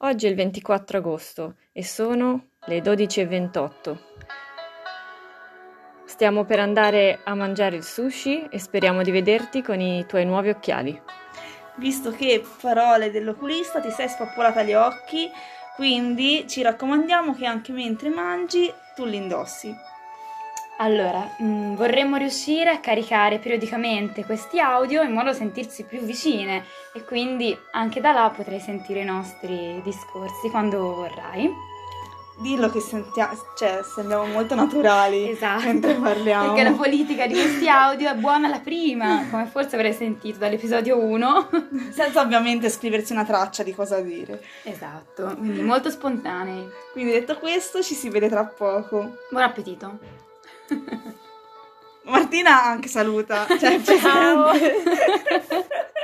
Oggi è il 24 agosto e sono le 12.28. Stiamo per andare a mangiare il sushi e speriamo di vederti con i tuoi nuovi occhiali. Visto che parole dell'oculista ti sei spappolata gli occhi, quindi ci raccomandiamo che anche mentre mangi tu li indossi. Allora, mh, vorremmo riuscire a caricare periodicamente questi audio in modo da sentirsi più vicine e quindi anche da là potrai sentire i nostri discorsi quando vorrai. Dillo che sentia- cioè, sembriamo molto naturali Esatto. mentre parliamo. Perché la politica di questi audio è buona alla prima, come forse avrai sentito dall'episodio 1. Senza ovviamente scriversi una traccia di cosa dire. esatto, quindi molto spontanei. Quindi detto questo, ci si vede tra poco. Buon appetito. Martina anche saluta. Cioè, Ciao. presente.